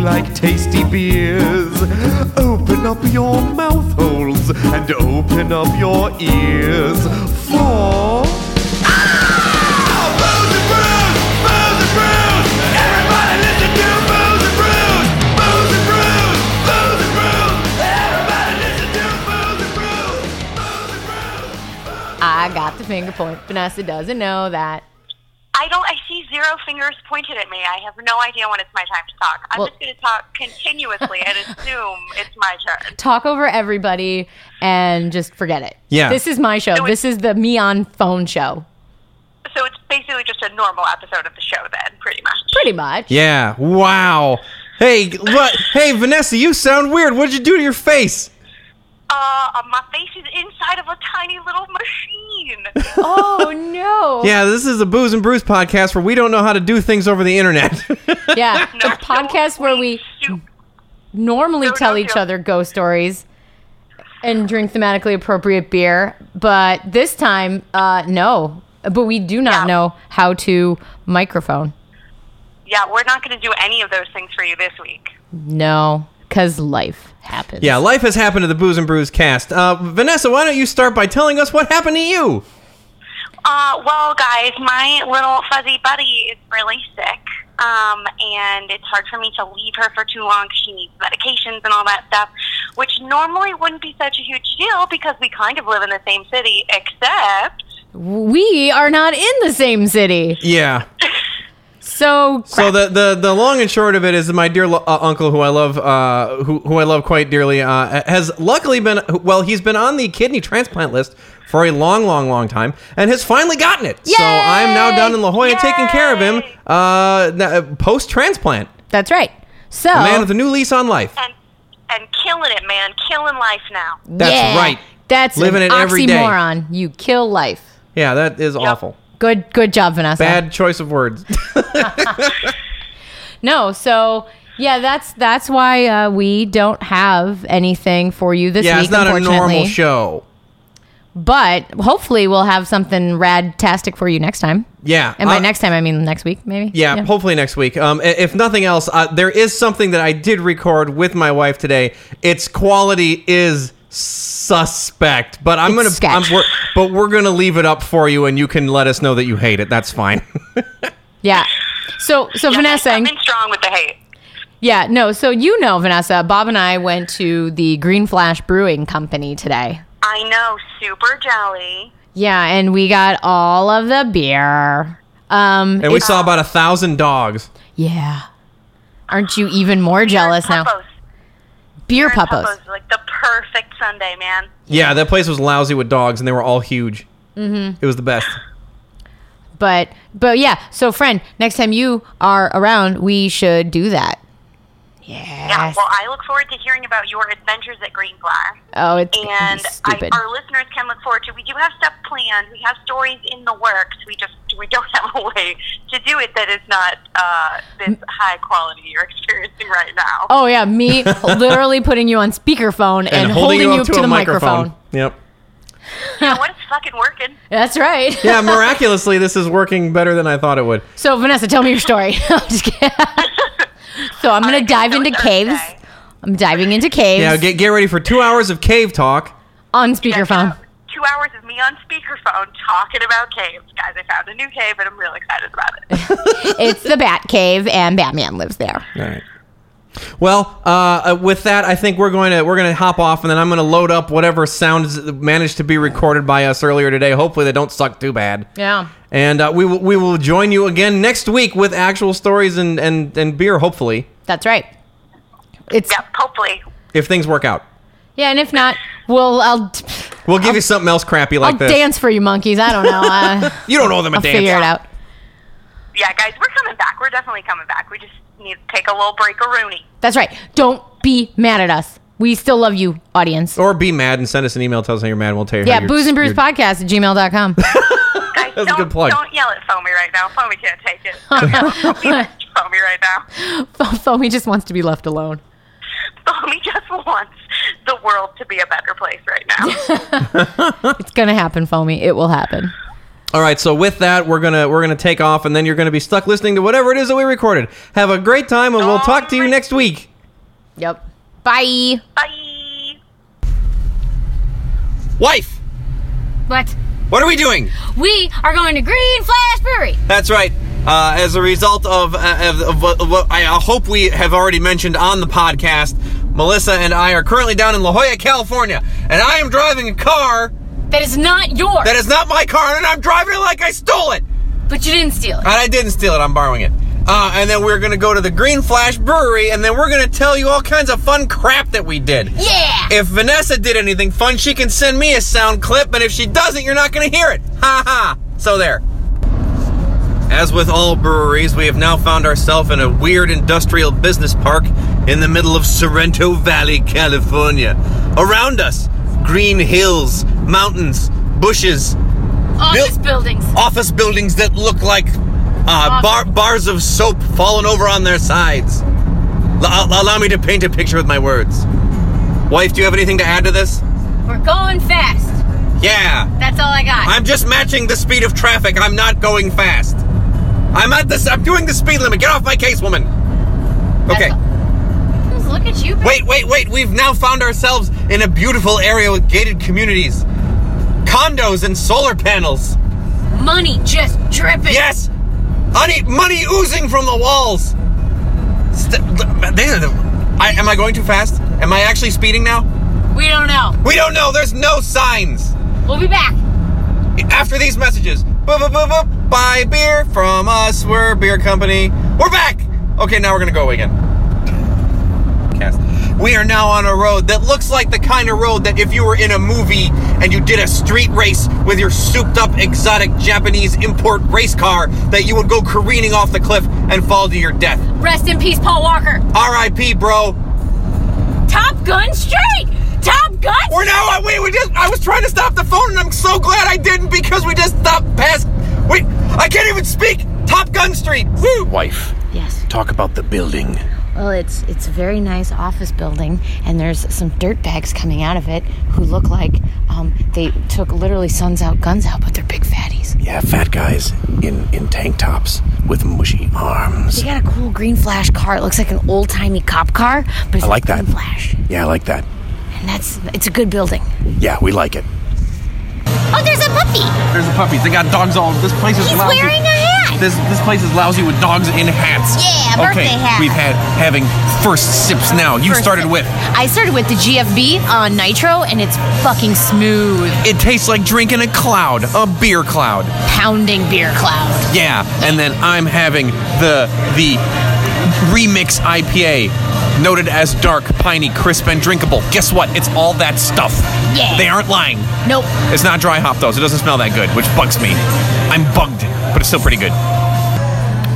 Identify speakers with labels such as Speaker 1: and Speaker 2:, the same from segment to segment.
Speaker 1: like tasty beers. Open up your mouth holes and open up your ears for.
Speaker 2: I got the finger point. Vanessa doesn't know that.
Speaker 3: I don't. I see zero fingers pointed at me. I have no idea when it's my time to talk. I'm
Speaker 2: Well-
Speaker 3: just going to talk continuously and assume it's my turn.
Speaker 2: Talk over everybody and just forget it.
Speaker 4: Yeah.
Speaker 2: This is my show.
Speaker 3: No, it-
Speaker 2: this is the me on phone show.
Speaker 3: So it's basically just a normal episode of the show, then, pretty much.
Speaker 2: Pretty much.
Speaker 4: Yeah. Wow. Hey, what? Hey, Vanessa, you sound weird. What'd you do to your face?
Speaker 3: Uh, uh, my face is inside of a tiny little machine.
Speaker 2: Oh no.
Speaker 4: Yeah, this is a Booze and Brews podcast where we don't know how to do things over the internet.
Speaker 2: Yeah.
Speaker 3: No,
Speaker 2: the podcast where we
Speaker 3: soup.
Speaker 2: normally
Speaker 3: No,
Speaker 2: tell
Speaker 3: no,
Speaker 2: each
Speaker 3: no.
Speaker 2: other ghost stories and drink thematically appropriate beer, but this time, uh, no. But we do not
Speaker 3: Yeah.
Speaker 2: know how to microphone.
Speaker 3: Yeah, we're not going to do any of those things for you this week.
Speaker 2: No, because life happens.
Speaker 4: yeah, life has happened to the Booze and Brews cast. Uh, Vanessa, why don't you start by telling us what happened to you?
Speaker 3: Uh, well, guys, my little fuzzy buddy is really sick, um, and it's hard for me to leave her for too long 'cause she needs medications and all that stuff, which normally wouldn't be such a huge deal because we kind of live in the same city, except
Speaker 2: we are not in the same city.
Speaker 4: Yeah.
Speaker 2: So,
Speaker 4: So the, the, the long and short of it is, my dear lo- uh, uncle, who I love, uh, who who I love quite dearly, uh, has luckily been well. He's been on the kidney transplant list for a long, long, long time, and has finally gotten it. So
Speaker 2: Yay!
Speaker 4: I'm now down in La Jolla taking care of him
Speaker 3: Yay!
Speaker 4: uh, post transplant.
Speaker 2: that's right. So,
Speaker 4: A man with a new lease on life.
Speaker 3: and and killing it, man, killing life now.
Speaker 4: That's
Speaker 2: yeah,
Speaker 4: right.
Speaker 2: That's
Speaker 4: Living
Speaker 2: an
Speaker 4: it every day.
Speaker 2: oxymoron. You kill life.
Speaker 4: Yeah, that is awful.
Speaker 2: Good, good job, Vanessa.
Speaker 4: Bad choice of words.
Speaker 2: No, so yeah, that's that's why uh, we don't have anything for you this
Speaker 4: yeah,
Speaker 2: week.
Speaker 4: it's not a
Speaker 2: unfortunately.
Speaker 4: normal show.
Speaker 2: but hopefully we'll have something rad tastic for you next time.
Speaker 4: Yeah.
Speaker 2: And by
Speaker 4: Uh,
Speaker 2: next time, I mean next week, maybe.
Speaker 4: Yeah, hopefully next week. Um, i- if nothing else, uh, there is something that I did record with my wife today. Its quality is suspect, but I'm
Speaker 2: It's
Speaker 4: gonna. I'm,
Speaker 2: sketch.
Speaker 4: we're, but we're gonna leave it up for you, and you can let us know that you hate it. That's fine.
Speaker 2: Yeah. So, so Vanessa,
Speaker 3: I'm in strong with the hate.
Speaker 2: yeah, no, so you know, Vanessa, Bob and I went to the Green Flash Brewing Company today.
Speaker 3: I know, super jelly.
Speaker 2: Yeah, and we got all of the beer. Um,
Speaker 4: and we saw about a thousand dogs.
Speaker 2: yeah. Aren't you even more jealous now?
Speaker 3: Puppos.
Speaker 2: Beer
Speaker 3: Beer and
Speaker 2: puppos.
Speaker 3: puppos is like the perfect Sunday, man.
Speaker 4: Yeah, that place was lousy with dogs, and they were all huge. Mm-hmm. It was the best.
Speaker 2: But but yeah, so friend, next time you are around, we should do that.
Speaker 3: Yeah,
Speaker 2: Yes.
Speaker 3: well, I look forward to hearing about your adventures at Green Blair.
Speaker 2: Oh, it's
Speaker 3: and I,
Speaker 2: stupid.
Speaker 3: our listeners can look forward to. We do have stuff planned. We have stories in the works. We just we don't have a way to do it that is not uh, this high quality you're experiencing right now.
Speaker 2: Mm. oh yeah, me literally putting you on speakerphone and, holding, you up to, the microphone.
Speaker 4: Yep.
Speaker 3: You know what? It's fucking working.
Speaker 2: That's right.
Speaker 4: Yeah, miraculously, this is working better than I thought it would.
Speaker 2: So Vanessa, tell me your story. I'm just kidding. so I'm gonna
Speaker 3: right,
Speaker 2: dive
Speaker 3: so
Speaker 2: into
Speaker 3: it's
Speaker 2: caves.
Speaker 3: Thursday.
Speaker 2: I'm diving into caves
Speaker 4: Yeah, get get ready for two hours of cave talk.
Speaker 2: on
Speaker 3: Check it
Speaker 2: speakerphone.
Speaker 3: out. uh, Two hours of me on speakerphone talking about caves, guys. I found a new cave, and I'm really excited about it.
Speaker 2: it's the Bat Cave, and Batman lives there.
Speaker 4: All right. Well, uh, uh, with that, I think we're going to we're going to hop off, and then I'm going to load up whatever sounds managed to be recorded by us earlier today. Hopefully, they don't suck too bad.
Speaker 2: Yeah.
Speaker 4: And uh, we will we will join you again next week with actual stories and and and beer. Hopefully,
Speaker 2: That's right. It's
Speaker 3: yep, hopefully.
Speaker 4: if things work out,
Speaker 2: yeah, and if not, we'll I'll
Speaker 4: we'll give you something else crappy like
Speaker 2: I'll
Speaker 4: this.
Speaker 2: dance for you monkeys. I don't know. Uh,
Speaker 4: You don't know them a
Speaker 2: I'll
Speaker 4: dance.
Speaker 2: figure it out.
Speaker 3: Yeah, guys, we're coming back. We're definitely coming back. We just need to take a little break of Rooney.
Speaker 2: That's right. Don't be mad at us. We still love you, audience.
Speaker 4: Or be mad and send us an email. Tell us how you're mad. and We'll tell you. how
Speaker 2: yeah,
Speaker 4: Oh, you're-
Speaker 2: booze and brews
Speaker 4: you're-
Speaker 2: podcast at gmail.com.
Speaker 3: Guys,
Speaker 4: That's a
Speaker 3: don't,
Speaker 4: good plug.
Speaker 3: Don't yell at Foamy right now. Foamy can't take it. Don't yell at Foamy right now.
Speaker 2: Foamy just wants to be left alone.
Speaker 3: Tommy just wants the world to be a better place right now.
Speaker 2: It's going to happen, Foamy. It will happen. All right, so with that, we're gonna we're gonna take off, and then you're gonna be stuck listening to whatever it is that we recorded. Have a great time, and we'll talk to you next week.
Speaker 5: Yep. Bye.
Speaker 3: Bye.
Speaker 4: Wife,
Speaker 6: What?
Speaker 4: what are we doing?
Speaker 6: We are going to Green Flash Brewery.
Speaker 4: That's right. Uh, as a result of, uh, of, of what- of what I hope we have already mentioned on the podcast, Melissa and I are currently down in La Jolla, California, and I am driving a car
Speaker 6: That is not yours.
Speaker 4: that is not my car, and I'm driving it like I stole it.
Speaker 6: but you didn't steal it.
Speaker 4: And I didn't steal it, I'm borrowing it. Uh, and then we're gonna go to the Green Flash Brewery, and then we're gonna tell you all kinds of fun crap that we did.
Speaker 6: yeah.
Speaker 4: If Vanessa did anything fun, she can send me a sound clip, and if she doesn't, you're not gonna hear it. Ha ha! So there. As with all breweries, we have now found ourselves in a weird industrial business park in the middle of Sorrento Valley, California. Around us, green hills, mountains, bushes,
Speaker 6: Office
Speaker 4: Bill-
Speaker 6: buildings.
Speaker 4: office buildings that look like uh, bar, bars of soap falling over on their sides. L- allow me to paint a picture with my words. Wife, do you have anything to add to this?
Speaker 6: We're going fast.
Speaker 4: Yeah.
Speaker 6: That's all I got.
Speaker 4: I'm just matching the speed of traffic. I'm not going fast. I'm at this. I'm doing the speed limit. Get off my case, woman.
Speaker 6: That's
Speaker 4: Okay.
Speaker 6: all. Just Look at you.
Speaker 4: Wait, wait, wait. We've now found ourselves in a beautiful area with gated communities, condos, and solar panels.
Speaker 6: Money just dripping.
Speaker 4: Yes! Honey, money oozing from the walls! St- they are the, I, am I going too fast? Am I actually speeding now?
Speaker 6: We don't know.
Speaker 4: We don't know! There's no signs!
Speaker 6: We'll be back.
Speaker 4: After these messages, boop, boop, boop, boop, buy beer from us. We're a beer company. We're back! Okay, now we're gonna go away again. Cast. We are now on a road that looks like the kind of road that if you were in a movie and you did a street race with your souped up exotic Japanese import race car, that you would go careening off the cliff and fall to your death.
Speaker 6: Rest in peace, Paul Walker.
Speaker 4: R.I.P., bro.
Speaker 6: Top Gun Street. Top Gun.
Speaker 4: We're now. uh, We, we just. I was trying to stop the phone, and I'm so glad I didn't because we just stopped past. Wait, I can't even speak. Top Gun Street. Woo.
Speaker 7: Wife,
Speaker 5: Yes.
Speaker 7: talk about the building.
Speaker 5: Well, it's it's a very nice office building, and there's some dirt bags coming out of it who look like um, they took literally suns out, guns out, but they're big fatties.
Speaker 7: Yeah, fat guys in in tank tops with mushy arms.
Speaker 5: They got a cool green flash car. It looks like an old timey cop car, but it's
Speaker 7: I like
Speaker 5: a
Speaker 7: that.
Speaker 5: green flash,
Speaker 7: Yeah, I like that.
Speaker 5: and that's it's a good building.
Speaker 7: Yeah, we like it.
Speaker 6: Oh, there's a puppy.
Speaker 4: There's the puppies. They got dogs all. This place is
Speaker 6: He's
Speaker 4: lousy.
Speaker 6: wearing a hat.
Speaker 4: This this place is lousy with dogs in hats.
Speaker 6: Yeah,
Speaker 4: okay,
Speaker 6: birthday hat.
Speaker 4: We've had having first sips now. You started with.
Speaker 5: I started with the GFB on Nitro, and it's fucking smooth,
Speaker 4: It tastes like drinking a cloud, a beer cloud.
Speaker 5: pounding beer cloud.
Speaker 4: Yeah, and then I'm having the the remix IPA, noted as dark, piney, crisp, and drinkable. Guess what? It's all that stuff.
Speaker 6: Yeah.
Speaker 4: They aren't lying.
Speaker 5: Nope.
Speaker 4: It's not dry hop though, so it doesn't smell that good, which bugs me. I'm bugged, but it's still pretty good.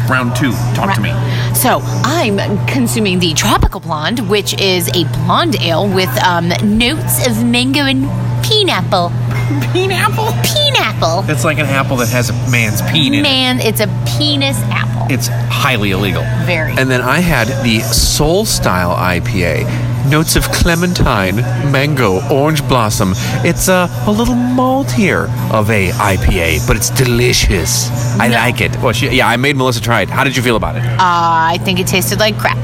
Speaker 4: Round two, talk to me.
Speaker 5: So I'm consuming the Tropical Blonde, which is a blonde ale with um, notes of mango and pineapple. Pineapple? Pineapple.
Speaker 4: That's like an apple that has a man's peen in it.
Speaker 5: Man, it's a penis apple.
Speaker 4: It's highly illegal.
Speaker 5: Very.
Speaker 4: And then I had the Soul Style IPA. Notes of clementine, mango, orange blossom. It's a, a little maltier of a IPA, but it's delicious. I like it. Well, she, yeah, I made Melissa try it. How did you feel about it?
Speaker 5: I think it tasted like crap.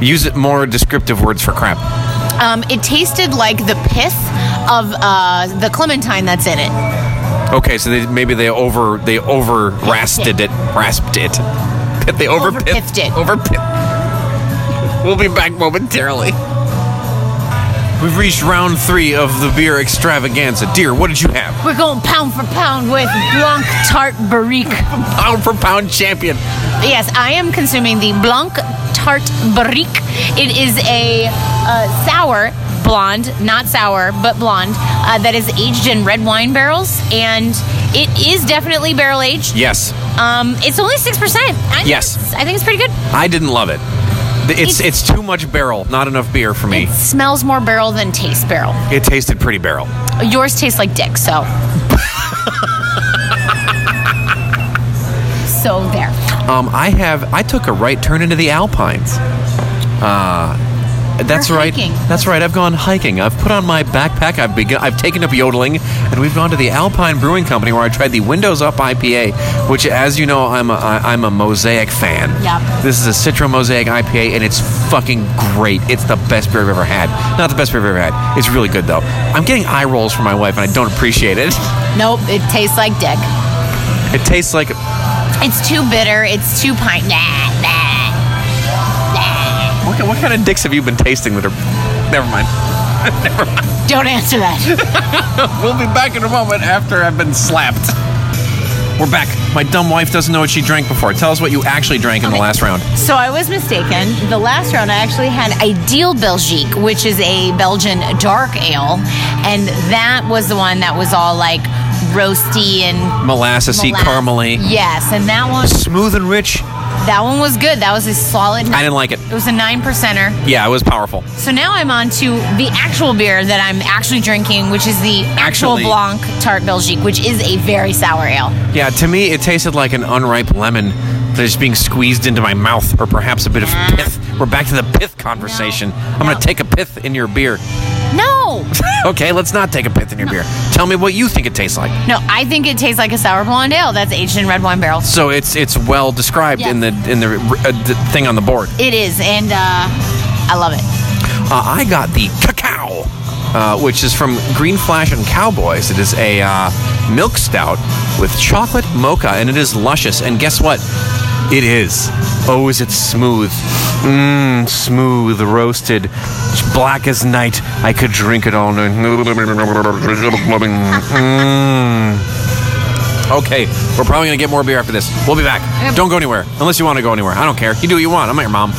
Speaker 4: Use it more descriptive words for crap.
Speaker 5: Um, it tasted like the piss of uh, the clementine that's in it.
Speaker 4: Okay, so they, maybe they over they over rasped it, rasped it. They over
Speaker 5: Overpiffed it.
Speaker 4: Over We'll be back momentarily. We've reached round three of the beer extravaganza. Dear, what did you have?
Speaker 5: We're going pound for pound with Blanc Tart Barrique.
Speaker 4: Pound for pound champion.
Speaker 5: Yes, I am consuming the Blanc Tart Barrique. It is a uh, sour blonde, not sour, but blonde, uh, that is aged in red wine barrels, and it is definitely barrel aged.
Speaker 4: Yes,
Speaker 5: Um, it's only six percent.
Speaker 4: Yes.
Speaker 5: I think it's pretty good.
Speaker 4: I didn't love it. It's,
Speaker 5: It's-
Speaker 4: it's too much barrel, not enough beer for me.
Speaker 5: It smells more barrel than taste barrel.
Speaker 4: It tasted pretty barrel.
Speaker 5: Yours tastes like dick, so. so there.
Speaker 4: Um, I have I took a right turn into the Alpines. Uh, That's
Speaker 5: Or
Speaker 4: right.
Speaker 5: hiking.
Speaker 4: That's right. I've gone hiking. I've put on my backpack. I've begun. I've taken up yodeling, and we've gone to the Alpine Brewing Company where I tried the Windows Up IPA, which, as you know, I'm a, I, I'm a Mosaic fan.
Speaker 5: Yep.
Speaker 4: This is a Citra Mosaic IPA, and it's fucking great. It's the best beer I've ever had. Not the best beer I've ever had. It's really good though. I'm getting eye rolls from my wife, and I don't appreciate it.
Speaker 5: Nope, it tastes like dick.
Speaker 4: It tastes like
Speaker 5: It's too bitter. It's too pine. Nah, nah.
Speaker 4: what, ki- what kind of dicks have you been tasting that are? Never mind.
Speaker 5: Don't answer that.
Speaker 4: We'll be back in a moment after I've been slapped. We're back. My dumb wife doesn't know what she drank before. Tell us what you actually drank in the
Speaker 5: Okay.
Speaker 4: last round.
Speaker 5: so I was mistaken. The last round, I actually had Ideal Belgique, which is a Belgian dark ale, and that was the one that was all like roasty and
Speaker 4: Molassesy,
Speaker 5: molass-
Speaker 4: caramely,
Speaker 5: Yes, and that one,
Speaker 4: smooth and rich.
Speaker 5: that one was good. That was a solid.
Speaker 4: I didn't like it.
Speaker 5: It was a nine percenter.
Speaker 4: Yeah, it was powerful.
Speaker 5: So now I'm on to the actual beer that I'm actually drinking, which is the actual
Speaker 4: Actually.
Speaker 5: Blanc Tart Belgique, which is a very sour ale.
Speaker 4: Yeah, to me, it tasted like an unripe lemon that is being squeezed into my mouth, or perhaps a bit of pith. We're back to the pith conversation. I'm going to take a pith in your beer.
Speaker 5: No,
Speaker 4: okay, let's not take a pith in your beer. Tell me what you think it tastes like.
Speaker 5: no, I think it tastes like a sour blonde ale that's aged in red wine barrels.
Speaker 4: So it's it's well described in the
Speaker 5: Yes.
Speaker 4: in the uh, d- thing on the board.
Speaker 5: It is, and uh, I love it.
Speaker 4: Uh, I got the cacao, uh, which is from Green Flash and Cowboys. It is a uh, milk stout with chocolate mocha, and it is luscious. And guess what? It is. Oh, is it smooth? Mmm, smooth, roasted, black as night. I could drink it all night. Mmm. Okay, we're probably gonna get more beer after this. We'll be back. Don't go anywhere, unless you want to go anywhere. I don't care. You do what you want. I'm not your mom.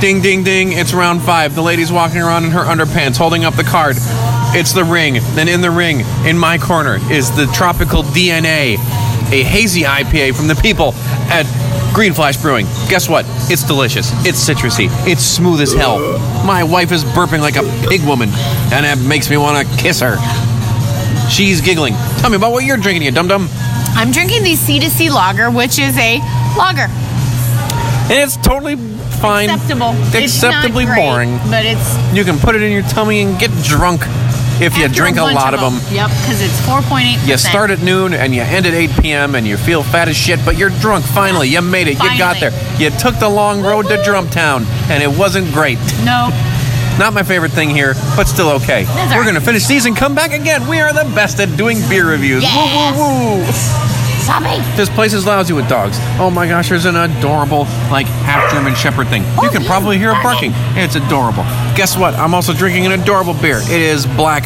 Speaker 4: Ding, ding, ding. It's round five. The lady's walking around in her underpants, holding up the card. It's the ring. Then in the ring, in my corner, is the Tropical DNA, a hazy IPA from the people at Green Flash Brewing. Guess what? It's delicious. It's citrusy. It's smooth as hell. My wife is burping like a pig woman, and it makes me want to kiss her. She's giggling. Tell me about what you're drinking, you dum dum.
Speaker 5: I'm drinking the C2C Lager, which is a lager.
Speaker 4: And it's totally fine.
Speaker 5: Acceptable. It's not
Speaker 4: Acceptably
Speaker 5: great,
Speaker 4: boring.
Speaker 5: But it's.
Speaker 4: You can put it in your tummy and get drunk if you
Speaker 5: after
Speaker 4: drink a
Speaker 5: bunch
Speaker 4: lot of them.
Speaker 5: Yep, because it's 4.8%.
Speaker 4: You start at noon and you end at 8 p.m. and you feel fat as shit, but you're drunk. Finally, you made it. You got there.
Speaker 5: Finally.
Speaker 4: You took the long road to Drumptown, and it wasn't great.
Speaker 5: No.
Speaker 4: Not my favorite thing here, but still okay.
Speaker 5: That's all
Speaker 4: We're
Speaker 5: right.
Speaker 4: going to finish these and come back again. We are the best at doing beer reviews.
Speaker 5: Yes.
Speaker 4: Woo, woo, woo.
Speaker 5: Zombie.
Speaker 4: This place is lousy with dogs. Oh my gosh, there's an adorable, like, half German Shepherd thing.
Speaker 5: Oh,
Speaker 4: You can probably hear it barking. It's adorable. Guess what? I'm also drinking an adorable beer. It is black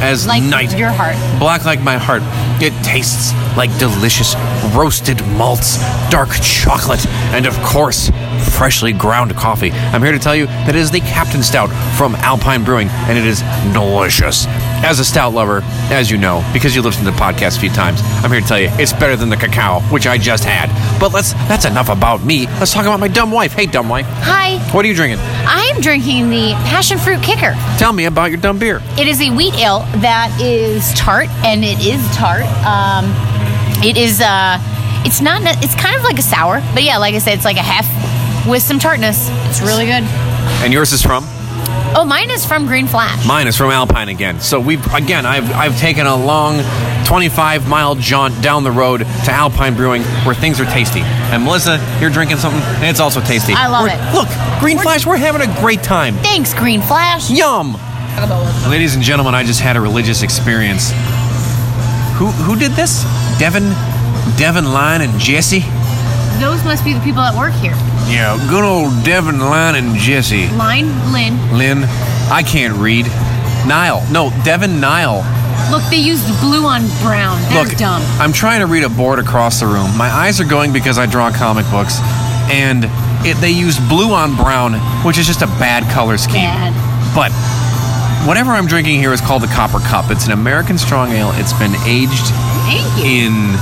Speaker 4: as
Speaker 5: Like
Speaker 4: night.
Speaker 5: your heart.
Speaker 4: Black like my heart. It tastes like delicious roasted malts, dark chocolate, and of course, freshly ground coffee. I'm here to tell you that it is the Captain Stout from Alpine Brewing, and it is delicious. As a stout lover, as you know, because you listened to the podcast a few times, I'm here to tell you it's better than the cacao, which I just had. But let's that's enough about me. Let's talk about my dumb wife. Hey dumb wife.
Speaker 5: Hi,
Speaker 4: What are you drinking?
Speaker 5: I am drinking the passion fruit kicker.
Speaker 4: Tell me about your dumb beer.
Speaker 5: It is a wheat ale that is tart, and it is tart. Um, it is. Uh, it's not. It's kind of like a sour, but yeah, like I said, it's like a half with some tartness. It's really good.
Speaker 4: And yours is from?
Speaker 5: Oh, mine is from Green Flash.
Speaker 4: Mine is from Alpine again. So we've again, I've I've taken a long 25 mile jaunt down the road to Alpine Brewing where things are tasty. And Melissa, you're drinking something and it's also tasty.
Speaker 5: I love
Speaker 4: We're-
Speaker 5: it.
Speaker 4: Look, Green Flash, we're having a great time.
Speaker 5: Thanks, Green Flash.
Speaker 4: Yum. Ladies and gentlemen, I just had a religious experience. Who who did this? Devin Devin Line and Jesse?
Speaker 5: Those must be the people that work here.
Speaker 4: Yeah, good old Devin Line and Jesse.
Speaker 5: Line, Lynn.
Speaker 4: Lynn, I can't read. Nile. No, Devin Nile.
Speaker 5: Look, they used blue on brown. They're
Speaker 4: Look,
Speaker 5: dumb.
Speaker 4: I'm trying to read a board across the room. My eyes are going because I draw comic books, and it, they use blue on brown, which is just a bad color scheme.
Speaker 5: Bad.
Speaker 4: But whatever I'm drinking here is called the Copper Cup. It's an American strong ale. It's been aged
Speaker 5: Thank you.
Speaker 4: in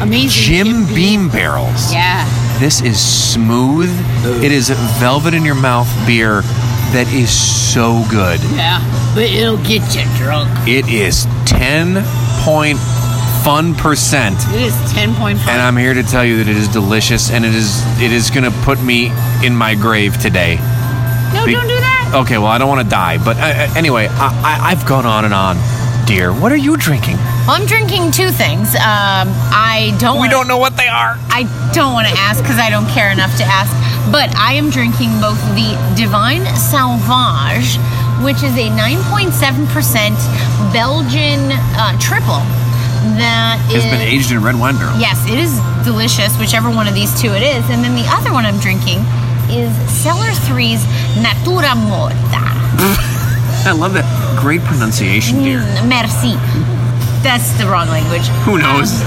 Speaker 5: Amazing.
Speaker 4: Jim Beam barrels.
Speaker 5: Yeah.
Speaker 4: This is smooth. It is velvet in your mouth beer that is so good.
Speaker 5: Yeah. But it'll get you drunk.
Speaker 4: It is 10 point fun percent.
Speaker 5: It is 10.5.
Speaker 4: and I'm here to tell you that it is delicious, and it is it is gonna put me in my grave today.
Speaker 5: No,
Speaker 4: Be-
Speaker 5: don't do that.
Speaker 4: Okay, well, I don't want to die. But uh, uh, anyway, I, I, I've gone on and on. Dear, what are you drinking?
Speaker 5: Well, I'm drinking two things. Um, I don't.
Speaker 4: We
Speaker 5: wanna-
Speaker 4: don't know what they are.
Speaker 5: I don't want to ask because I don't care enough to ask. But I am drinking both the Divine Sauvage, which is a 9.7% Belgian uh, triple. That
Speaker 4: It's been aged in red wine barrel.
Speaker 5: Yes, it is delicious, whichever one of these two it is. And then the other one I'm drinking is Cellar 3's Natura Morta.
Speaker 4: I love that. Great pronunciation, dear.
Speaker 5: Mm, Merci. That's the wrong language.
Speaker 4: Who knows?
Speaker 5: Um,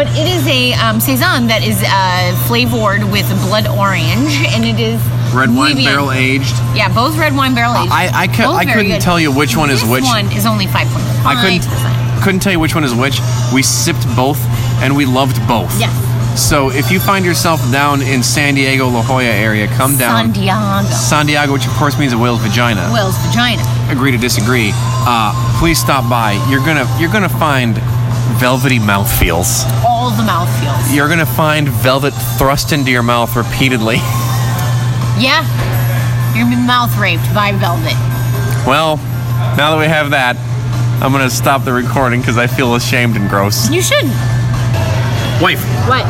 Speaker 5: But it is a um, saison that is uh, flavored with blood orange, and it is
Speaker 4: Red wine
Speaker 5: medium.
Speaker 4: barrel aged.
Speaker 5: Yeah, both red wine barrel aged.
Speaker 4: I- I cou- I
Speaker 5: Both very
Speaker 4: couldn't
Speaker 5: good.
Speaker 4: tell you which one is
Speaker 5: This
Speaker 4: which.
Speaker 5: one is only five point five.
Speaker 4: I couldn't couldn't tell you which one is which. We sipped both and we loved both.
Speaker 5: Yes.
Speaker 4: So if you find yourself down in San Diego, La Jolla area, come down.
Speaker 5: San Diego.
Speaker 4: San Diego, which of course means a whale's vagina.
Speaker 5: Will's vagina.
Speaker 4: Agree to disagree. Uh, please stop by. You're gonna you're gonna find velvety mouth feels.
Speaker 5: All the mouth feels.
Speaker 4: You're gonna find velvet thrust into your mouth repeatedly.
Speaker 5: Yeah. You're being mouth raped by velvet.
Speaker 4: Well, now that we have that, I'm gonna stop the recording because I feel ashamed and gross.
Speaker 5: You should.
Speaker 4: Wife,
Speaker 5: What?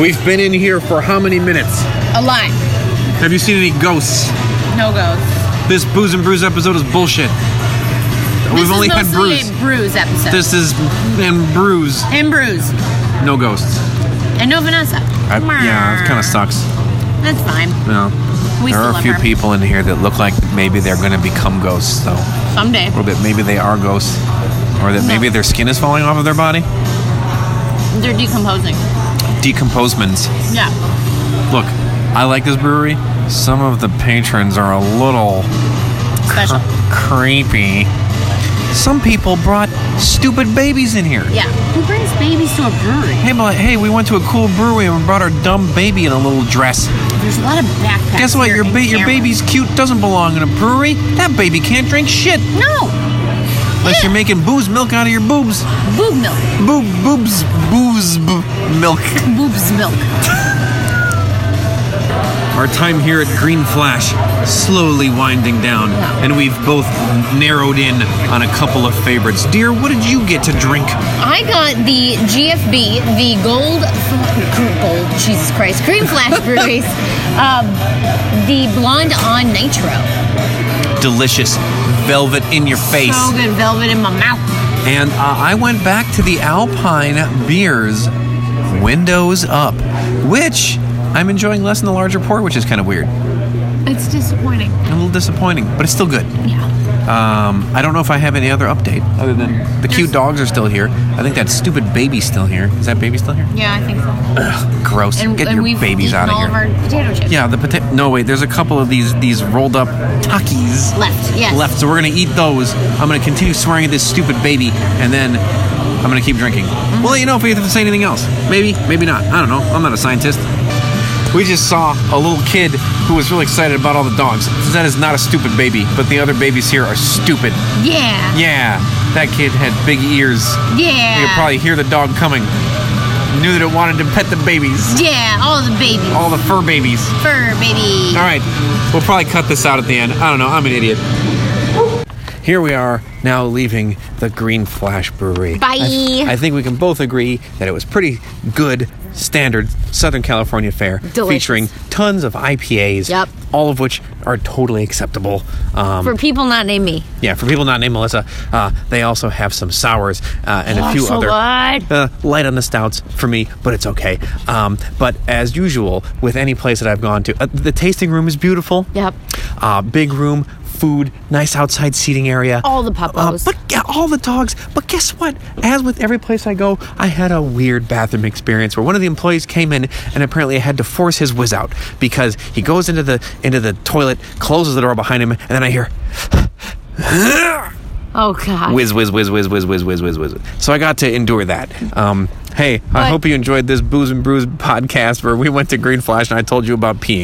Speaker 4: we've been in here for how many minutes?
Speaker 5: A line.
Speaker 4: Have you seen any ghosts?
Speaker 5: No goes.
Speaker 4: This booze and brews episode is bullshit.
Speaker 5: This
Speaker 4: We've only
Speaker 5: is
Speaker 4: had
Speaker 5: mostly
Speaker 4: brews.
Speaker 5: a bruise episode.
Speaker 4: This is and brews,
Speaker 5: and bruise.
Speaker 4: no ghosts.
Speaker 5: And no Vanessa.
Speaker 4: I, yeah, it kind of sucks.
Speaker 5: That's fine.
Speaker 4: You know,
Speaker 5: We
Speaker 4: there
Speaker 5: still
Speaker 4: are a
Speaker 5: love
Speaker 4: few
Speaker 5: her.
Speaker 4: people in here that look like maybe they're going to become ghosts, though.
Speaker 5: Someday.
Speaker 4: Or that maybe they are ghosts, or that
Speaker 5: No.
Speaker 4: maybe their skin is falling off of their body.
Speaker 5: They're decomposing.
Speaker 4: Decomposements.
Speaker 5: Yeah.
Speaker 4: Look, I like this brewery. Some of the patrons are a little
Speaker 5: Special.
Speaker 4: creepy. Some people brought stupid babies in here.
Speaker 5: Yeah. Who brings babies to a brewery?
Speaker 4: Hey, but hey, we went to a cool brewery and we brought our dumb baby in a little dress.
Speaker 5: There's a lot of backpacks.
Speaker 4: Guess what?
Speaker 5: here
Speaker 4: Your
Speaker 5: and
Speaker 4: ba- your
Speaker 5: cameras.
Speaker 4: baby's cute doesn't belong in a brewery. That baby can't drink shit
Speaker 5: No.
Speaker 4: unless you're making booze milk out of your boobs.
Speaker 5: Boob milk.
Speaker 4: Boob boobs booze b- milk.
Speaker 5: Boob's milk.
Speaker 4: Our time here at Green Flash slowly winding down, and we've both narrowed in on a couple of favorites. Dear, what did you get to drink?
Speaker 5: I got the GFB, the gold, gold, Jesus Christ, cream flash breweries, um, the blonde on nitro.
Speaker 4: Delicious velvet in your face.
Speaker 5: So good, velvet in my mouth.
Speaker 4: And uh, I went back to the Alpine beers, windows up, which I'm enjoying less than the larger port, which is kind of weird, a
Speaker 5: It's disappointing.
Speaker 4: little disappointing, but it's still good.
Speaker 5: Yeah.
Speaker 4: Um, I don't know if I have any other update other than the cute dogs are still here. I think that stupid baby's still here. Is that baby still here?
Speaker 5: Yeah, I think so.
Speaker 4: Gross.
Speaker 5: And,
Speaker 4: Get
Speaker 5: and
Speaker 4: your
Speaker 5: we've
Speaker 4: babies
Speaker 5: eaten
Speaker 4: out of
Speaker 5: all
Speaker 4: here.
Speaker 5: of our potato chips.
Speaker 4: yeah, the potato. No, wait. There's a couple of these these rolled up Takis
Speaker 5: Left, yes.
Speaker 4: left. So we're gonna eat those. I'm gonna continue swearing at this stupid baby, and then I'm gonna keep drinking.
Speaker 5: Mm-hmm.
Speaker 4: We'll let you know if we have to say anything else. Maybe, maybe not. I don't know. I'm not a scientist. We just saw a little kid who was really excited about all the dogs. That is not a stupid baby, but the other babies here are stupid.
Speaker 5: Yeah.
Speaker 4: Yeah, that kid had big ears. You could
Speaker 5: Yeah.
Speaker 4: probably hear the dog coming. Knew that it wanted to pet the babies,
Speaker 5: yeah, all the babies.
Speaker 4: all the fur babies.
Speaker 5: Fur baby.
Speaker 4: All right, we'll probably cut this out at the end. I don't know. I'm an idiot. Here we are now leaving the Green Flash Brewery.
Speaker 5: Bye.
Speaker 4: I, th- I think we can both agree that it was pretty good, standard Southern California fare,
Speaker 5: Delicious.
Speaker 4: featuring tons of IPAs,
Speaker 5: Yep.
Speaker 4: all of which are totally acceptable. Um,
Speaker 5: For people not named me.
Speaker 4: yeah, for people not named Melissa, uh, they also have some sours uh, and a few
Speaker 5: so
Speaker 4: other
Speaker 5: good.
Speaker 4: Uh, light on the stouts for me, but it's okay. Um, but as usual, with any place that I've gone to, uh, the tasting room is beautiful.
Speaker 5: Yep.
Speaker 4: Uh, big room, food, nice outside seating area. Uh,
Speaker 5: All the puppos.
Speaker 4: but yeah, all the dogs. But guess what? As with every place I go, I had a weird bathroom experience where one of the employees came in and apparently had to force his whiz out because he goes into the into the toilet, closes the door behind him, and then I hear.
Speaker 5: Oh, God.
Speaker 4: whiz, whiz, whiz, whiz, whiz, whiz, whiz, whiz, whiz. So I got to endure that. Um, hey, I
Speaker 5: But-
Speaker 4: hope you enjoyed this booze and brews podcast where we went to Green Flash and I told you about peeing.